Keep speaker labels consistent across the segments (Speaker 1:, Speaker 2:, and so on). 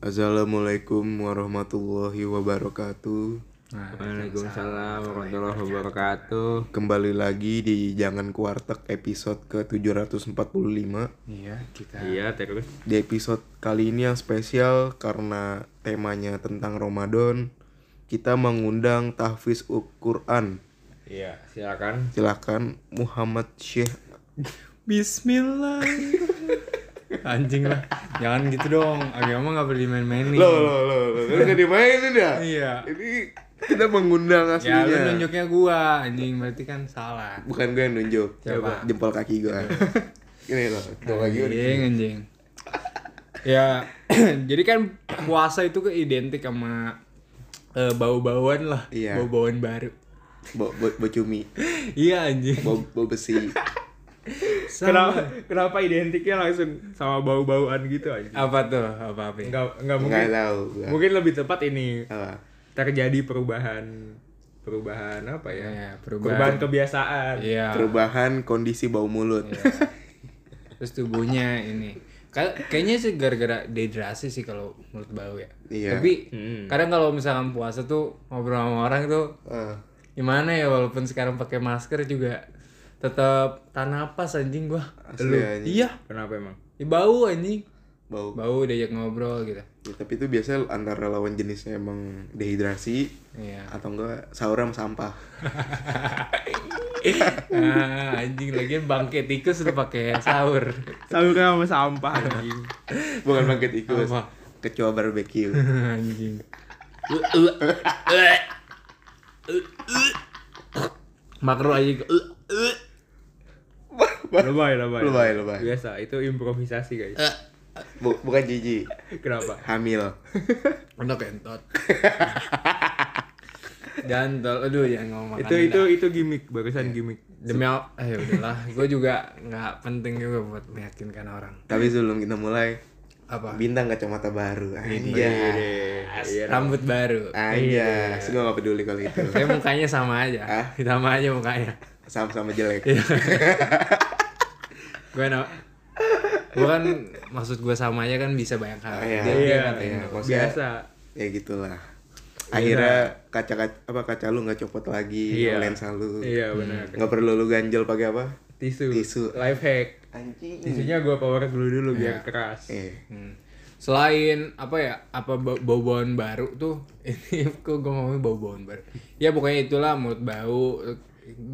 Speaker 1: Assalamualaikum warahmatullahi wabarakatuh.
Speaker 2: Nah,
Speaker 3: Waalaikumsalam warahmatullahi wabarakatuh.
Speaker 1: Kembali lagi di Jangan Kuartek episode ke-745.
Speaker 2: Iya, kita
Speaker 3: Iya terus.
Speaker 1: Di episode kali ini yang spesial karena temanya tentang Ramadan, kita mengundang tahfiz Al-Qur'an.
Speaker 3: Iya silakan.
Speaker 1: Silakan Muhammad Syekh.
Speaker 2: Bismillah. Anjing lah. Jangan gitu dong. Agama nggak boleh main-mainin.
Speaker 1: lo lo, lu gak dimainin ya?
Speaker 2: Iya.
Speaker 1: Ini kita mengundang
Speaker 2: Ya lu
Speaker 1: aslinya.
Speaker 2: nunjuknya gua, anjing berarti kan salah.
Speaker 1: Bukan gue yang nunjuk.
Speaker 2: Coba.
Speaker 1: Jempol kaki gue. Ini loh, jempol kaki gue.
Speaker 2: Anjing, anjing. ya, jadi kan puasa itu keidentik sama eh, bau-bauan lah,
Speaker 1: Iya.
Speaker 2: bau-bauan baru.
Speaker 1: Bo, bo, bo cumi.
Speaker 2: Iya anjing.
Speaker 1: bau bau besi
Speaker 2: Sama.
Speaker 3: kenapa identiknya langsung sama bau-bauan gitu aja?
Speaker 2: Apa tuh? Apa apa? ya?
Speaker 3: Enggak enggak
Speaker 1: nggak tahu gua.
Speaker 3: Mungkin Ah. lebih tepat ini
Speaker 1: apa
Speaker 3: terjadi perubahan perubahan apa ya?
Speaker 2: Iya,
Speaker 3: Perubahan
Speaker 2: perubahan.
Speaker 3: kebiasaan.
Speaker 2: Iya.
Speaker 1: perubahan kondisi bau mulut
Speaker 3: Iya.
Speaker 2: Terus tubuhnya ini. Ka- Kayaknya sih gara-gara dehidrasi sih kalau mulut bau ya.
Speaker 1: Iya.
Speaker 2: Tapi
Speaker 3: Hmm.
Speaker 2: kadang kalau misalkan puasa tuh ngobrol sama orang tuh
Speaker 1: Ah,
Speaker 2: gimana ya walaupun sekarang pakai masker juga tetap tahan napas anjing gua.
Speaker 1: asli anjing.
Speaker 2: Iya,
Speaker 3: Kenapa emang?
Speaker 2: ya bau anjing.
Speaker 1: bau
Speaker 2: Bau diajak ngobrol gitu.
Speaker 1: Ya, tapi itu biasanya antara lawan jenisnya emang dehidrasi
Speaker 2: Iya.
Speaker 1: atau enggak sahur sama sampah
Speaker 2: ah, anjing lagi bangke tikus lu pakai sahur.
Speaker 3: Selalu sama sampah anjing.
Speaker 1: bukan bangkit tikus
Speaker 2: Apa?
Speaker 1: kecoa barbeque
Speaker 2: anjing. Makro aja.
Speaker 3: lebay, lebay. Eh.
Speaker 1: Lebay, lebay.
Speaker 3: Biasa, itu improvisasi guys.
Speaker 1: Bu- bukan jijik
Speaker 3: Kenapa?
Speaker 1: hamil
Speaker 2: Udah kentot. Jantol, aduh jangan ngomong makanan
Speaker 3: itu itu
Speaker 2: dah.
Speaker 3: itu gimmick, barusan gimmick.
Speaker 2: demi al- eh udahlah, gue juga nggak penting juga buat meyakinkan orang.
Speaker 1: tapi sebelum kita mulai
Speaker 2: Apa?
Speaker 1: bintang kacamata baru
Speaker 3: Iya.
Speaker 1: aja
Speaker 3: Iya.
Speaker 2: Rambut baru.
Speaker 1: aja gue gak peduli kalau itu
Speaker 2: Saya mukanya sama aja,
Speaker 1: Ah?
Speaker 2: hitam aja mukanya.
Speaker 1: sama-sama jelek
Speaker 3: Iya.
Speaker 2: Gue na- gue kan maksud gue samanya kan bisa banyak hal.
Speaker 1: Oh, iya.
Speaker 2: Dia- dia
Speaker 3: Iya,
Speaker 2: ngatain
Speaker 1: iya.
Speaker 2: gua.
Speaker 1: Maksudnya-
Speaker 3: Biasa.
Speaker 1: ya gitulah akhirnya kaca, kaca apa kaca lu nggak copot lagi
Speaker 3: Iya.
Speaker 1: lensa lu
Speaker 3: Iya benar.
Speaker 1: nggak perlu lu ganjel pakai apa
Speaker 3: Tisu.
Speaker 1: Tisu. Hmm.
Speaker 3: Life hack.
Speaker 1: anjing
Speaker 3: Tisunya gua power dulu dulu biar keras.
Speaker 1: eh
Speaker 2: Hmm. Selain apa ya, apa bau- bau-bauan baru tuh, ini kok gue ngomongin bau-bauan baru. Ya pokoknya itulah mulut bau,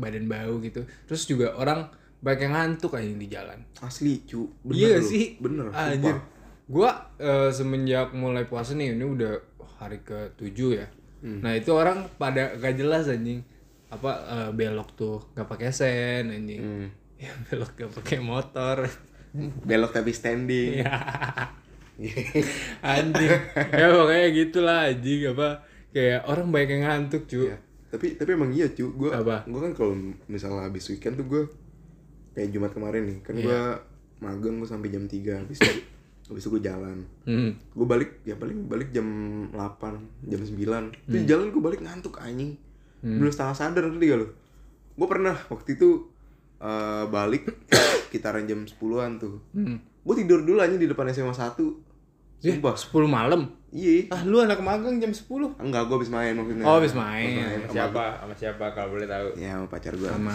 Speaker 2: badan bau gitu. Terus juga orang banyak yang ngantuk aja di jalan.
Speaker 1: asli cu bener
Speaker 2: iya gak
Speaker 1: lu.
Speaker 2: sih?
Speaker 1: bener
Speaker 2: Anjir.
Speaker 1: sumpah.
Speaker 2: Gua eh, semenjak mulai puasa nih, ini udah hari ke-7 ya.
Speaker 1: Hmm.
Speaker 2: Nah, itu orang pada gak jelas anjing. Apa eh, belok tuh gak pakai sen anjing.
Speaker 1: Hmm.
Speaker 2: Ya belok gak pakai motor.
Speaker 1: belok tapi standing
Speaker 2: anjing. ya pokoknya gitulah anjing apa kayak orang banyak yang ngantuk, cu.
Speaker 1: tapi tapi emang iya cu gue
Speaker 2: Apa?
Speaker 1: gue kan kalau misalnya habis weekend tuh gue kayak jumat kemarin nih kan gue magang gue sampai jam 3 habis itu habis itu gue jalan
Speaker 2: Hmm.
Speaker 1: gue balik ya paling balik jam 8 jam 9 terus
Speaker 2: Hmm.
Speaker 1: jalan gue balik ngantuk anjing belum setengah sadar ngerti gak lo gue pernah waktu itu eh, balik kitaran jam 10an tuh
Speaker 2: Hmm. Iya?
Speaker 1: gue tidur dulu anjing di depan SMA 1 sumpah
Speaker 2: 10 malam.
Speaker 1: iya
Speaker 2: Ah, lu anak magang jam 10.
Speaker 1: enggak gue habis main maksudnya
Speaker 2: Oh, habis main.
Speaker 3: Sama siapa? Sama siapa kalau boleh tahu?
Speaker 1: ya sama pacar gue
Speaker 2: Sama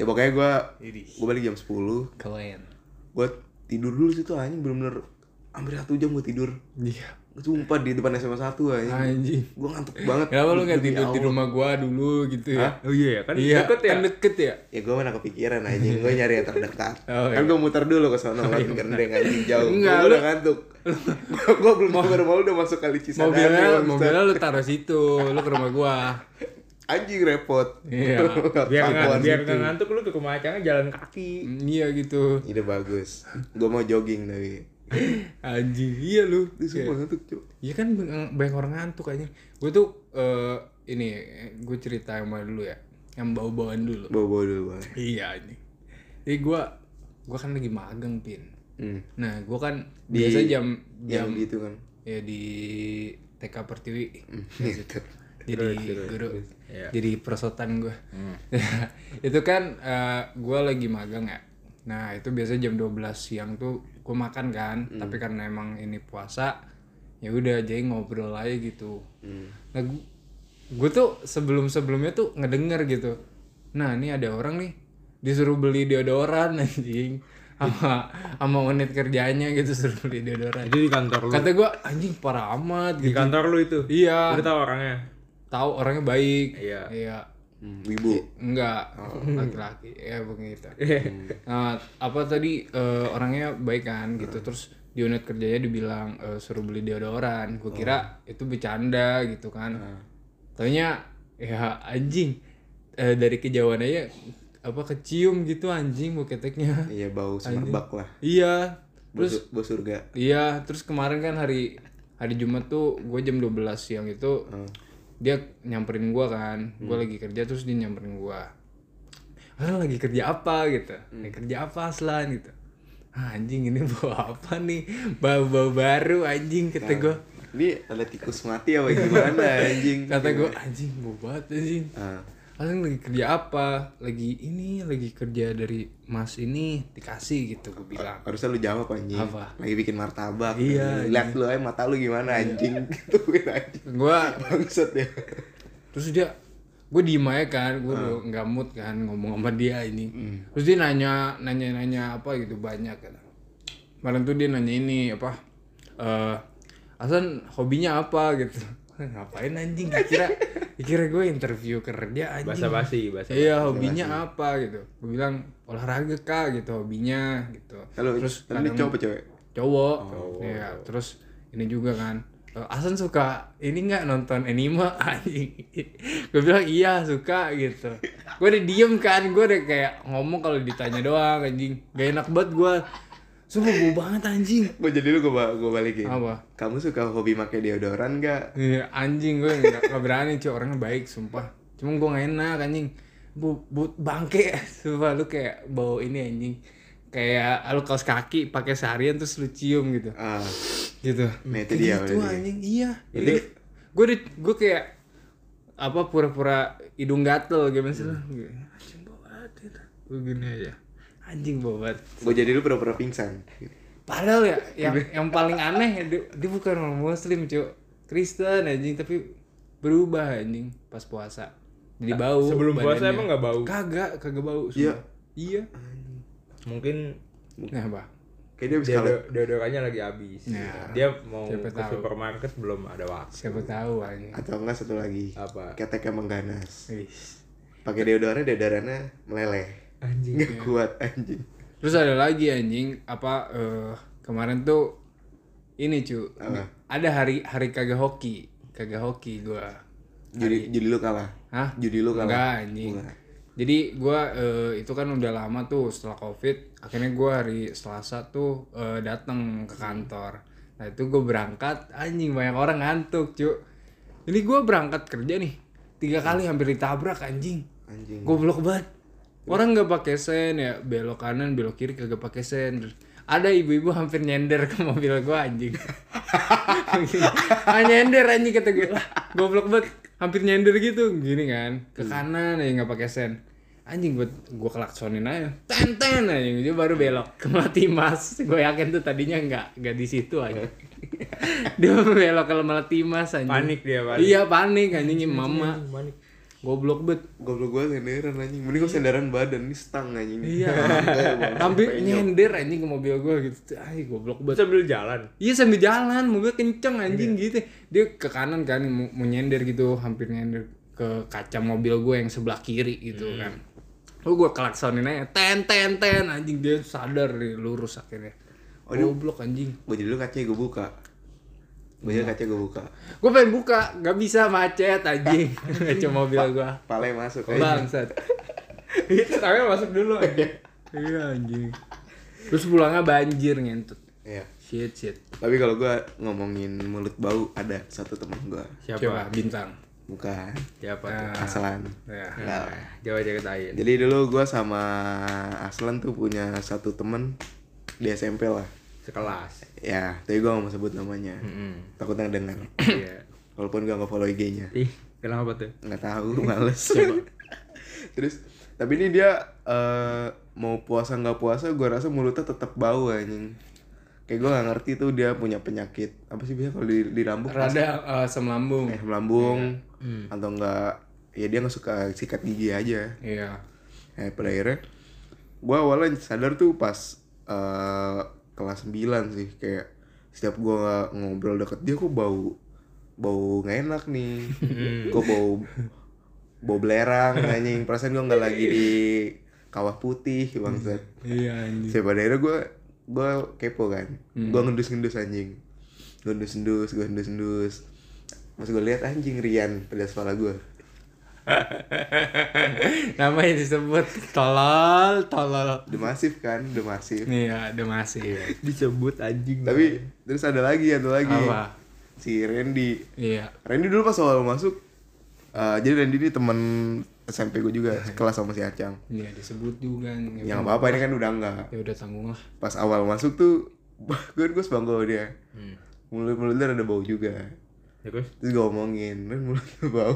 Speaker 1: ya pokoknya gue
Speaker 2: Iri.
Speaker 1: gue balik jam 10
Speaker 2: kalian.
Speaker 1: gue tidur dulu situ anjing bener-bener hampir satu jam gue tidur
Speaker 2: Iya.
Speaker 1: sumpah di depan SMA 1 anjing
Speaker 2: Anjing.
Speaker 1: gue ngantuk banget
Speaker 2: Kenapa lu gak
Speaker 1: Demi
Speaker 2: tidur di
Speaker 1: Allah.
Speaker 2: rumah gua dulu gitu ya?
Speaker 3: Oh iya ya kan
Speaker 2: iya,
Speaker 3: deket ya.
Speaker 2: kan deket ya?
Speaker 1: ya gue mana kepikiran anjing gue nyari yang terdekat
Speaker 2: Oh, iya.
Speaker 1: kan gue muter dulu ke sana ngeliatin gendeng anjing jauh
Speaker 2: Enggak,
Speaker 1: gue
Speaker 2: lu-
Speaker 1: udah ngantuk gue belum mau rumah lu udah masuk kali Cisadane
Speaker 2: Mobilnya,
Speaker 1: bangsa.
Speaker 2: mobilnya lu taruh situ, lu ke rumah gua.
Speaker 1: anjing repot
Speaker 2: Iya.
Speaker 3: Biar nggak
Speaker 1: Pangkuan
Speaker 3: biar
Speaker 1: situ.
Speaker 3: nggak ngantuk lu ke rumah acara jalan kaki.
Speaker 2: Mm, Iya gitu.
Speaker 1: ide bagus gue mau jogging tapi
Speaker 2: Anjing, iya lu.
Speaker 1: Ih, sumpah ngantuk cuy
Speaker 2: Iya kan bang- banyak orang ngantuk aja. Gua tuh eh, ini gue cerita yang mana dulu ya. Yang bau-bauan dulu.
Speaker 1: bawa bawa dulu boleh
Speaker 2: Iya anjing. Jadi gua gua kan lagi magang, Pin.
Speaker 1: hmm.
Speaker 2: Nah, gua kan
Speaker 1: Di-
Speaker 2: biasa jam
Speaker 1: yang
Speaker 2: jam
Speaker 1: gitu kan
Speaker 2: ya di TK Pertiwi.
Speaker 1: gitu
Speaker 2: jadi guru Iya. Hmm. jadi perosotan gue itu kan gue lagi magang ya Hmm. nah itu biasanya jam 12 siang tuh gue makan kan tapi karena emang ini puasa ya udah jadi ngobrol aja gitu nah gue tuh sebelum sebelumnya tuh ngedenger gitu nah ini ada orang nih disuruh beli deodoran anjing sama sama unit kerjanya gitu suruh beli deodoran
Speaker 3: Itu di kantor lu.
Speaker 2: kata gue anjing parah amat
Speaker 3: Di
Speaker 2: gitu
Speaker 3: kantor lu itu.
Speaker 2: iya
Speaker 3: Udah tahu orangnya.
Speaker 2: tahu orangnya baik
Speaker 3: Iya.
Speaker 2: iya
Speaker 1: Hmm, wibu
Speaker 2: enggak laki-laki ya begitu Nah, apa tadi eh, orangnya baik kan gitu terus di unit kerjanya dibilang eh, suruh beli deodoran gue kira itu bercanda gitu kan taunya ya anjing Eh, dari kejauhan aja apa kecium gitu anjing buketeknya
Speaker 1: iya bau semerbak lah
Speaker 2: iya
Speaker 1: bau, su- bau surga
Speaker 2: Iya, terus kemarin kan hari hari Jumat tuh gue jam 12 siang itu dia nyamperin gua kan. Gue lagi kerja terus dia nyamperin gua. Ah, lagi kerja apa gitu. Lagi kerja apa Aslan gitu. "Ah, anjing ini bawa apa nih? Bau-bau baru anjing kata gua.
Speaker 1: ini ada tikus mati apa gimana anjing
Speaker 2: Kata gua anjing bau banget anjing.
Speaker 1: Ah.
Speaker 2: Aslan lagi kerja apa? Lagi ini lagi kerja dari Mas ini dikasih gitu gue bilang.
Speaker 1: harusnya lu jawab anjing
Speaker 2: Apa?
Speaker 1: lagi bikin martabak
Speaker 2: Iya,
Speaker 1: anjing. lihat lu aja mata lu gimana anjing gituin anjing
Speaker 2: Gua
Speaker 1: bangsat ya
Speaker 2: terus dia gue diem aja kan gue
Speaker 3: Hmm.
Speaker 2: nggak mood kan ngomong sama dia ini terus dia nanya nanya nanya apa gitu banyak kan kemarin tuh dia nanya ini apa eh Hasan hobinya apa gitu ngapain anjing kira kira gue interview kerja anjing
Speaker 3: Bahasa basi, bahasa.
Speaker 2: iya hobinya apa gitu gue bilang olahraga kak gitu hobinya gitu
Speaker 1: Halo, terus ini cowok apa cewek
Speaker 2: cowok iya terus ini juga kan e, Asan suka ini nggak nonton anime anjing gue bilang iya suka gitu gue udah diem kan gue udah kayak ngomong kalau ditanya doang anjing gak enak banget gue sumpah gue banget anjing
Speaker 1: Gua jadi lu gua, ba- gua balikin
Speaker 2: Apa?
Speaker 1: Kamu suka hobi pakai deodoran gak?
Speaker 2: Iya, anjing gue gak, gak berani cuy orangnya baik sumpah cuma gue gak enak anjing bu, bu bangke sumpah lu kayak bau ini anjing kayak lu kaos kaki pakai seharian terus lu cium gitu
Speaker 1: Ah,
Speaker 2: gitu
Speaker 1: Nah, itu dia
Speaker 2: Kayak gitu,
Speaker 1: berarti.
Speaker 2: anjing iya
Speaker 1: Berarti-
Speaker 2: gue gue kayak apa pura-pura hidung gatel gitu misalnya anjing bau banget gitu. gue gini aja anjing bau banget
Speaker 1: gua jadi lu pura-pura pingsan
Speaker 2: padahal ya yang yang paling aneh dia, dia bukan orang muslim cuy Kristen anjing tapi berubah anjing pas puasa jadi bau
Speaker 3: sebelum
Speaker 2: badannya.
Speaker 3: puasa emang nggak bau?
Speaker 2: kagak kagak bau sumpah.
Speaker 1: Iya.
Speaker 2: iya
Speaker 3: Mungkin
Speaker 2: nah apa
Speaker 1: Kayak dia habis
Speaker 3: dia
Speaker 1: kalau
Speaker 3: deodorannya lagi habis.
Speaker 2: Nah,
Speaker 3: Dia mau
Speaker 2: siapa
Speaker 3: ke
Speaker 2: tahu.
Speaker 3: supermarket belum ada waktu.
Speaker 2: siapa tahu anjing
Speaker 1: Atau enggak satu lagi
Speaker 3: Apa?
Speaker 1: Keteknya mengganas
Speaker 2: Wih.
Speaker 1: pakai deodorannya deodorannya meleleh
Speaker 2: Iya.
Speaker 3: Anjing.
Speaker 1: Nggak kuat anjing
Speaker 2: Terus ada lagi anjing apa eh, kemarin tuh ini cu
Speaker 1: Apa?
Speaker 2: ada hari hari kagak hoki kagak hoki gua
Speaker 1: Judi, judi lu kalah
Speaker 2: Hah?
Speaker 1: Judi lu kalah
Speaker 2: enggak anjing jadi gua eh, itu kan udah lama tuh setelah covid akhirnya gua hari selasa tuh eh, datang ke kantor nah itu gue berangkat anjing banyak orang ngantuk cu ini gua berangkat kerja nih tiga kali hampir ditabrak anjing
Speaker 1: Anjing
Speaker 2: goblok banget orang nggak pakai sen ya belok kanan belok kiri kagak pakai sen Terus ada ibu-ibu hampir nyender ke mobil gua anjing ah nyender anjing kata gue lah goblok banget hampir nyender gitu gini kan ke
Speaker 3: Hmm.
Speaker 2: kanan ya nggak pakai sen anjing gue gue kelaksonin aja ten ten anjing dia baru belok ke mati mas gue yakin tuh tadinya nggak nggak di situ aja dia belok ke melati mas anjing
Speaker 3: Panik dia, panik.
Speaker 2: iya panik anjing mama
Speaker 3: Panik.
Speaker 2: goblok banget
Speaker 1: Goblok gua senderan anjing Mending gua senderan badan Ini stang anjing
Speaker 2: Iya. Hampir nyender anjing ke mobil gue gitu. Ay, goblok banget.
Speaker 3: Sambil jalan.
Speaker 2: Iya sambil jalan, mobil kenceng anjing gitu. Dia ke kanan kan mau, mau nyender gitu, hampir nyender ke kaca mobil gue yang sebelah kiri gitu kan. Lalu gue kelaksonin aja, ten ten ten anjing dia sadar dia lurus akhirnya. Goblok anjing.
Speaker 1: Gua jadi lu kacanya gua buka Gua jadi kacanya gua buka
Speaker 2: Gue pengen buka, nggak bisa macet anjing. Kaca mobil gue.
Speaker 1: Pale masuk anjing.
Speaker 2: Bangsat.
Speaker 3: Itu tapi masuk dulu aja.
Speaker 2: iya anjing. Terus pulangnya banjir ngentut.
Speaker 1: Iya
Speaker 2: Shit shit.
Speaker 1: Tapi kalau gua ngomongin mulut bau Ada satu temen gua
Speaker 3: Siapa?
Speaker 2: Coba bintang.
Speaker 1: Bukan
Speaker 3: Siapa? tuh? Nah,
Speaker 1: Aslan
Speaker 2: Ya.
Speaker 3: Ah.
Speaker 1: Enggak lah.
Speaker 3: Coba ceritain.
Speaker 1: Jadi dulu gua sama Aslan tuh punya satu temen Di SMP lah
Speaker 3: Sekelas.
Speaker 1: Ya, tapi gua gak mau sebut namanya Takutnya denger
Speaker 3: Iya.
Speaker 1: Walaupun gua gak follow IG-nya
Speaker 3: Ih, kenapa tuh?
Speaker 1: nggak tahu males terus tapi ini dia eh, mau puasa nggak puasa gua rasa mulutnya tetap bau anjing kayak gue nggak ngerti tuh dia punya penyakit apa sih biasanya kalau di, di rambut
Speaker 2: Rada eh, asam lambung.
Speaker 1: eh melambung atau enggak ya dia nggak suka sikat gigi aja
Speaker 2: Iya.
Speaker 1: eh pada akhirnya gue awalnya sadar tuh pas eh, kelas 9 sih kayak setiap gua ngobrol deket dia kok bau bau nggak enak nih kok bau bau belerang anjing perasaan gua nggak lagi di kawah putih bangsat
Speaker 2: Iya anjing.
Speaker 1: Saya pada akhirnya gue gue kepo kan, gue ngendus-ngendus anjing, gue ngendus-ngendus, gue ngendus-ngendus, pas gue lihat anjing Rian pada kepala gue,
Speaker 2: Namanya disebut tolol, tolol.
Speaker 1: udah masif kan, udah masif.
Speaker 2: Nih ya, udah masih.
Speaker 3: disebut anjing
Speaker 1: Tapi terus ada lagi, ada lagi
Speaker 2: Apa?
Speaker 1: si Randy.
Speaker 2: Iya.
Speaker 1: Randy dulu pas awal masuk, eh, jadi Randy ini temen SMP gue juga, kelas sama si Acang.
Speaker 2: Iya disebut juga nih.
Speaker 1: Yang apa apa ini kan udah enggak.
Speaker 2: Ya udah tanggung lah.
Speaker 1: Pas awal masuk tuh, gue gue sebangga sama dia. Mulut mulutnya ada bau juga.
Speaker 3: ya terus
Speaker 1: terus gue omongin kan mulut lu bau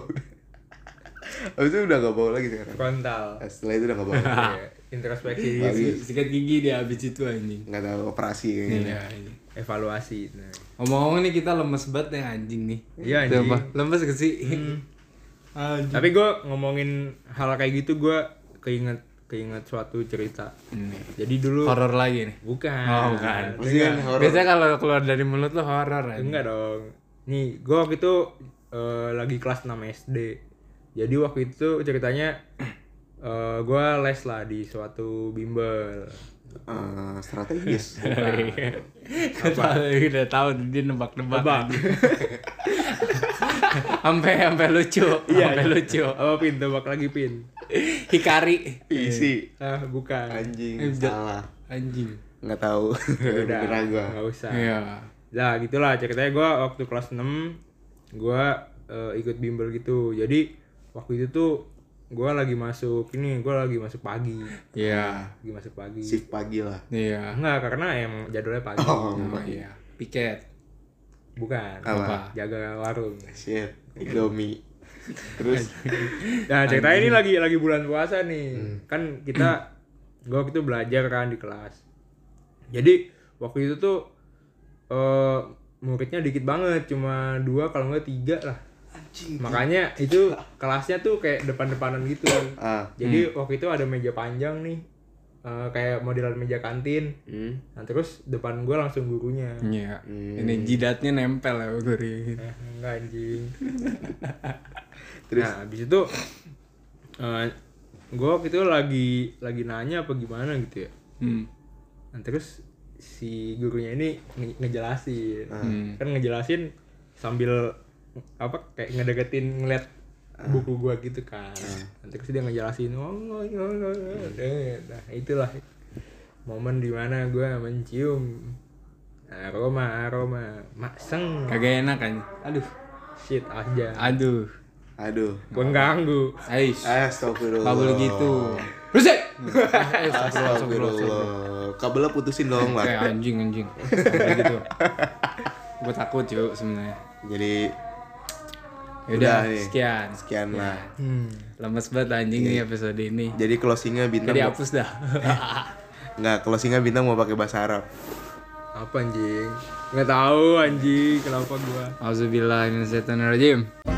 Speaker 1: abis itu udah gak bau lagi sekarang Eh,
Speaker 3: frontal
Speaker 1: setelah itu udah gak bau
Speaker 3: Ya, introspeksi
Speaker 1: Bagus.
Speaker 2: Sikat gigi dia abis itu anjing.
Speaker 1: nggak tahu operasi kayaknya
Speaker 2: Iya anjing.
Speaker 3: evaluasi nah.
Speaker 2: Ngomong-ngomong nih kita lemes banget nih anjing nih. Tuh,
Speaker 3: Iya, anjing.
Speaker 2: apa? Hmm. Lemes gak sih? Anjing.
Speaker 3: tapi gue ngomongin hal kayak gitu gue keinget keinget suatu cerita jadi dulu
Speaker 2: Horor lagi nih.
Speaker 3: bukan
Speaker 2: Oh, bukan.
Speaker 1: pasti kan horor
Speaker 2: Biasanya kalau keluar dari mulut lo horor anjing.
Speaker 3: enggak dong nih gue waktu itu eh, lagi kelas 6 SD jadi waktu itu ceritanya eh, gue les lah di suatu bimbel
Speaker 1: Eh, strategis
Speaker 2: Kita udah tahu dia nebak-nebak. anjing. Sampai sampai lucu, sampai lucu.
Speaker 3: apa pin tebak lagi pin
Speaker 2: Hikari.
Speaker 1: isi
Speaker 3: ah bukan
Speaker 1: anjing salah
Speaker 2: Anjing.
Speaker 1: nggak tahu
Speaker 3: udah
Speaker 1: beneran gue
Speaker 3: nggak usah
Speaker 2: Iya.
Speaker 3: Nah gitulah ceritanya gue waktu kelas 6 gue ikut bimbel gitu jadi waktu itu tuh gue lagi masuk ini gue lagi masuk pagi
Speaker 2: Iya.
Speaker 3: lagi masuk pagi
Speaker 1: shift pagi lah
Speaker 2: Iya.
Speaker 3: enggak karena emang jadwalnya pagi
Speaker 1: oh
Speaker 2: Oh iya. Piket.
Speaker 3: bukan
Speaker 1: Apa?
Speaker 3: jaga warung
Speaker 1: shit Indomie terus
Speaker 3: nah ceritanya ini lagi lagi bulan puasa nih
Speaker 1: Hmm.
Speaker 3: kan kita gue waktu itu belajar kan di kelas jadi waktu itu tuh eh muridnya dikit banget cuma dua kalau nggak tiga lah
Speaker 1: anjing
Speaker 3: makanya itu kelasnya tuh kayak depan-depanan gitu
Speaker 1: ah
Speaker 3: jadi waktu itu ada meja panjang nih eh, kayak modelan meja kantin
Speaker 1: hmm.
Speaker 3: nah terus depan gue langsung gurunya
Speaker 2: Iya. Ini jidatnya nempel ya gurih.
Speaker 3: eh, enggak anjing
Speaker 1: Terus?
Speaker 3: nah habis itu gue waktu itu lagi lagi nanya apa gimana gitu ya
Speaker 2: Hmm.
Speaker 3: nah terus si gurunya ini nge- ngejelasin kan ngejelasin sambil apa kayak ngedeketin ngeliat buku gua gitu kan Nah, terus dia ngejelasin oh, oh, oh, oh, oh." nah itulah momen dimana gua mencium aroma aroma makseng
Speaker 2: Kagak enak anjing. Aduh.
Speaker 3: shit aja
Speaker 2: Aduh.
Speaker 1: aduh Ah,
Speaker 3: pengganggu
Speaker 2: Aish.
Speaker 1: Astagfirullah
Speaker 2: Kabel gitu. Rusek.
Speaker 1: Astagfirullah kabelnya putusin dong
Speaker 2: Kayak
Speaker 1: lah
Speaker 2: Eh, anjing anjing. Kabel gitu. Gue takut yuk sebenarnya.
Speaker 1: jadi
Speaker 2: Yaudah,
Speaker 1: Udah nih.
Speaker 2: sekian.
Speaker 1: sekian lah
Speaker 2: Iya. Lemes banget anjing nih episode ini.
Speaker 1: jadi closingnya bintang
Speaker 2: Jadi hapus dah.
Speaker 1: Nggak, kalau singa bintang mau pakai bahasa Arab.
Speaker 3: apa anjing nggak tahu anjing kenapa gua
Speaker 2: Auzubillah minasyaitonirrajim.